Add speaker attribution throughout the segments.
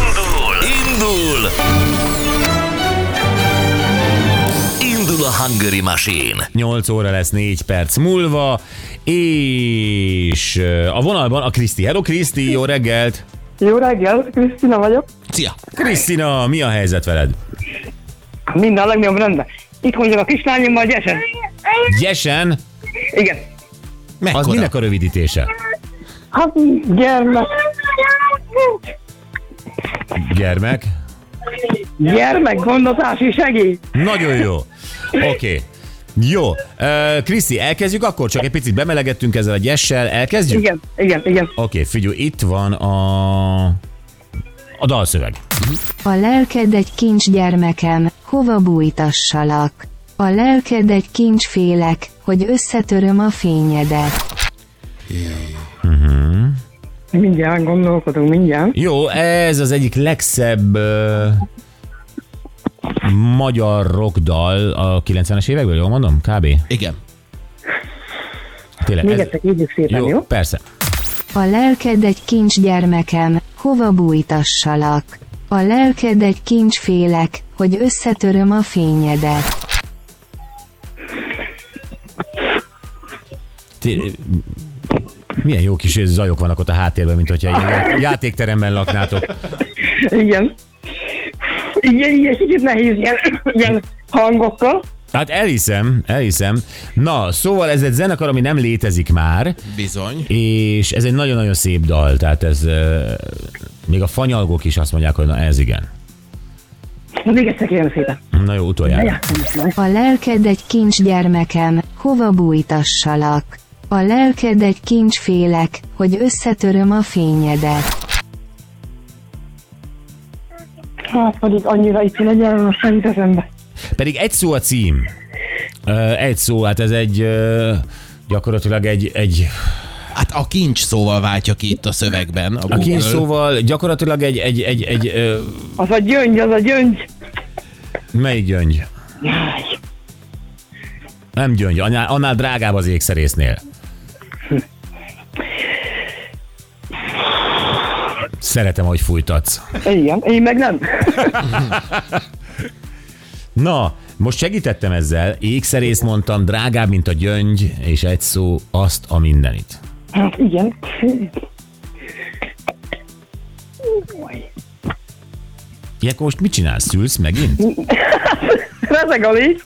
Speaker 1: Indul! Indul! Indul a Hungary Machine!
Speaker 2: 8 óra lesz 4 perc múlva, és ö, a vonalban a Kriszti. Hello Kriszti, jó reggelt!
Speaker 3: Jó reggel, Krisztina vagyok.
Speaker 1: Szia!
Speaker 2: Krisztina, mi a helyzet veled?
Speaker 3: Minden a legnagyobb rendben. Itt mondjuk a kislányommal gyesen.
Speaker 2: Gyesen,
Speaker 3: Igen.
Speaker 2: az
Speaker 1: Mekkora?
Speaker 2: minek a rövidítése?
Speaker 3: Hát gyermek,
Speaker 2: Gyermek.
Speaker 3: gyermek gondozási segély.
Speaker 2: Nagyon jó. Oké. Okay. Jó. Ö, Kriszti, elkezdjük akkor? Csak egy picit bemelegettünk ezzel a gyessel. Elkezdjük?
Speaker 3: Igen, igen, igen.
Speaker 2: Oké, okay, figyelj, itt van a... a dalszöveg.
Speaker 4: A lelked egy kincs gyermekem, hova bújtassalak? A lelked egy kincs félek, hogy összetöröm a fényedet.
Speaker 3: Mindjárt gondolkodunk, mindjárt.
Speaker 2: Jó, ez az egyik legszebb ö, magyar rockdal a 90-es évekből, jól mondom? Kb.
Speaker 1: Igen.
Speaker 2: Tényleg,
Speaker 3: Még egyszer írjuk szépen, jó?
Speaker 2: jó, persze.
Speaker 4: A lelked egy kincs gyermekem, hova bújtassalak? A lelked egy kincs félek, hogy összetöröm a fényedet.
Speaker 2: Té- milyen jó kis zajok vannak ott a háttérben, mint hogyha ilyen játékteremben laknátok.
Speaker 3: Igen. Igen, igen, kicsit nehéz ilyen, ilyen hangokkal.
Speaker 2: Hát elhiszem, elhiszem. Na, szóval ez egy zenekar, ami nem létezik már,
Speaker 1: Bizony.
Speaker 2: és ez egy nagyon-nagyon szép dal, tehát ez euh, még a fanyalgók is azt mondják, hogy na ez igen.
Speaker 3: Még egyszer kérem szépen.
Speaker 2: Na jó, utoljára.
Speaker 3: Bejátszom is már.
Speaker 4: A lelked egy kincs gyermekem, hova bújtassalak? A lelked egy kincs félek, hogy összetöröm a fényedet.
Speaker 3: Hát, hogy itt annyira itt legyen, most nem jut eszembe.
Speaker 2: Pedig egy szó a cím. Ö, Egy szó, hát ez egy ö, gyakorlatilag egy, egy
Speaker 1: Hát a kincs szóval váltja ki itt a szövegben. A,
Speaker 2: a
Speaker 1: Google.
Speaker 2: kincs szóval gyakorlatilag egy, egy, egy, egy, ö,
Speaker 3: Az a gyöngy, az a gyöngy.
Speaker 2: melyik gyöngy?
Speaker 3: Jaj.
Speaker 2: Nem gyöngy, annál, annál drágább az ékszerésznél. Szeretem, hogy fújtatsz.
Speaker 3: Igen, én meg nem.
Speaker 2: Na, most segítettem ezzel, ékszerész mondtam, drágább, mint a gyöngy, és egy szó, azt a mindenit.
Speaker 3: Hát igen.
Speaker 2: Ilyenkor most mit csinálsz? Szülsz megint?
Speaker 3: Rezeg a légy.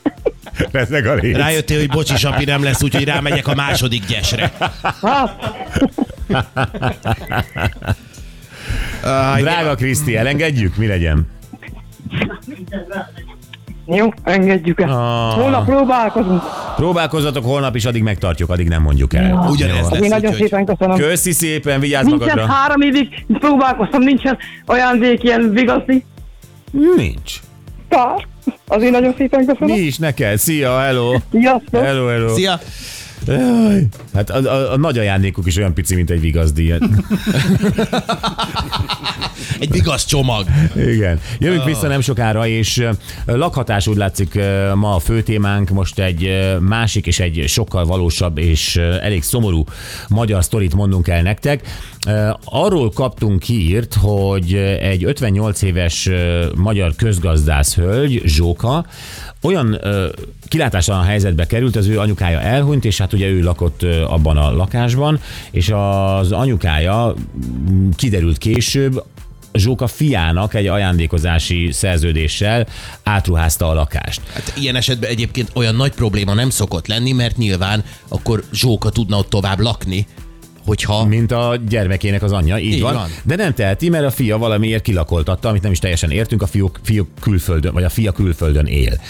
Speaker 2: Rezeg a léc.
Speaker 1: Rájöttél, hogy bocsi, Sapi nem lesz, úgyhogy rámegyek a második gyesre.
Speaker 3: Hát,
Speaker 2: Drága Kriszti, elengedjük? Mi legyen?
Speaker 3: jó, engedjük el.
Speaker 2: Ah.
Speaker 3: Holnap próbálkozunk.
Speaker 2: Próbálkozzatok holnap is, addig megtartjuk, addig nem mondjuk el.
Speaker 1: Ugyanez
Speaker 2: Jó.
Speaker 3: Én
Speaker 1: lesz,
Speaker 3: nagyon
Speaker 1: úgyhogy...
Speaker 3: szépen köszönöm.
Speaker 2: Köszi szépen, vigyázz
Speaker 3: Nincsen
Speaker 2: magadra.
Speaker 3: három évig próbálkoztam, nincsen ajándék ilyen vigaszi.
Speaker 2: Nincs.
Speaker 3: Tá, azért nagyon szépen köszönöm.
Speaker 2: Mi is neked? Szia, hello.
Speaker 3: Sziasztok!
Speaker 2: Hello, hello.
Speaker 1: Szia!
Speaker 2: Jaj. Hát a, a, a nagy ajándékuk is olyan pici, mint egy Hát vigazdi.
Speaker 1: Egy vigasz csomag.
Speaker 2: Igen. Jövünk vissza nem sokára, és ö, lakhatás úgy látszik ö, ma a fő témánk, most egy ö, másik és egy sokkal valósabb és ö, elég szomorú magyar sztorit mondunk el nektek. Ö, Arról kaptunk hírt, hogy ö, egy 58 éves ö, magyar közgazdász hölgy, Zsóka, olyan ö, kilátástalan helyzetbe került, az ő anyukája elhunyt, és hát ugye ő lakott ö, abban a lakásban, és az anyukája mm, kiderült később, Zsóka fiának egy ajándékozási szerződéssel átruházta a lakást.
Speaker 1: Hát ilyen esetben egyébként olyan nagy probléma nem szokott lenni, mert nyilván akkor Zsóka tudna ott tovább lakni, hogyha...
Speaker 2: Mint a gyermekének az anyja, így,
Speaker 1: Így
Speaker 2: így van.
Speaker 1: van.
Speaker 2: van. De nem teheti, mert a fia valamiért kilakoltatta, amit nem is teljesen értünk, a fiúk, fiúk külföldön, vagy a fia külföldön él.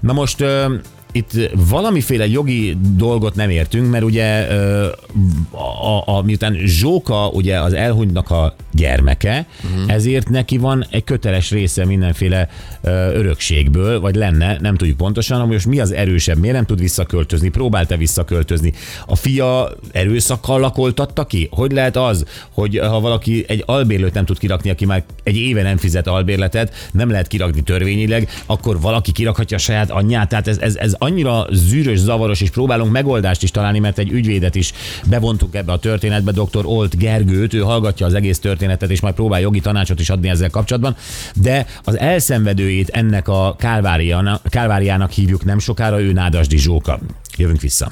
Speaker 2: Na most ö, itt valamiféle jogi dolgot nem értünk, mert ugye ö, a, a, miután Zsóka ugye az elhunytnak a gyermeke, uh-huh. ezért neki van egy köteles része mindenféle ö, örökségből, vagy lenne, nem tudjuk pontosan, hogy most mi az erősebb, miért nem tud visszaköltözni, próbálta visszaköltözni. A fia erőszakkal lakoltatta ki? Hogy lehet az, hogy ha valaki egy albérlőt nem tud kirakni, aki már egy éve nem fizet albérletet, nem lehet kirakni törvényileg, akkor valaki kirakhatja a saját anyját. Tehát ez, ez, ez annyira zűrös, zavaros, és próbálunk megoldást is találni, mert egy ügyvédet is bevontuk ebbe a történetbe, dr. Olt Gergőt, ő hallgatja az egész történetet,
Speaker 1: történetet, és majd próbál jogi tanácsot is adni ezzel kapcsolatban, de az elszenvedőjét ennek a kálváriának, kálváriának hívjuk nem sokára, ő Nádasdi Zsóka. Jövünk vissza.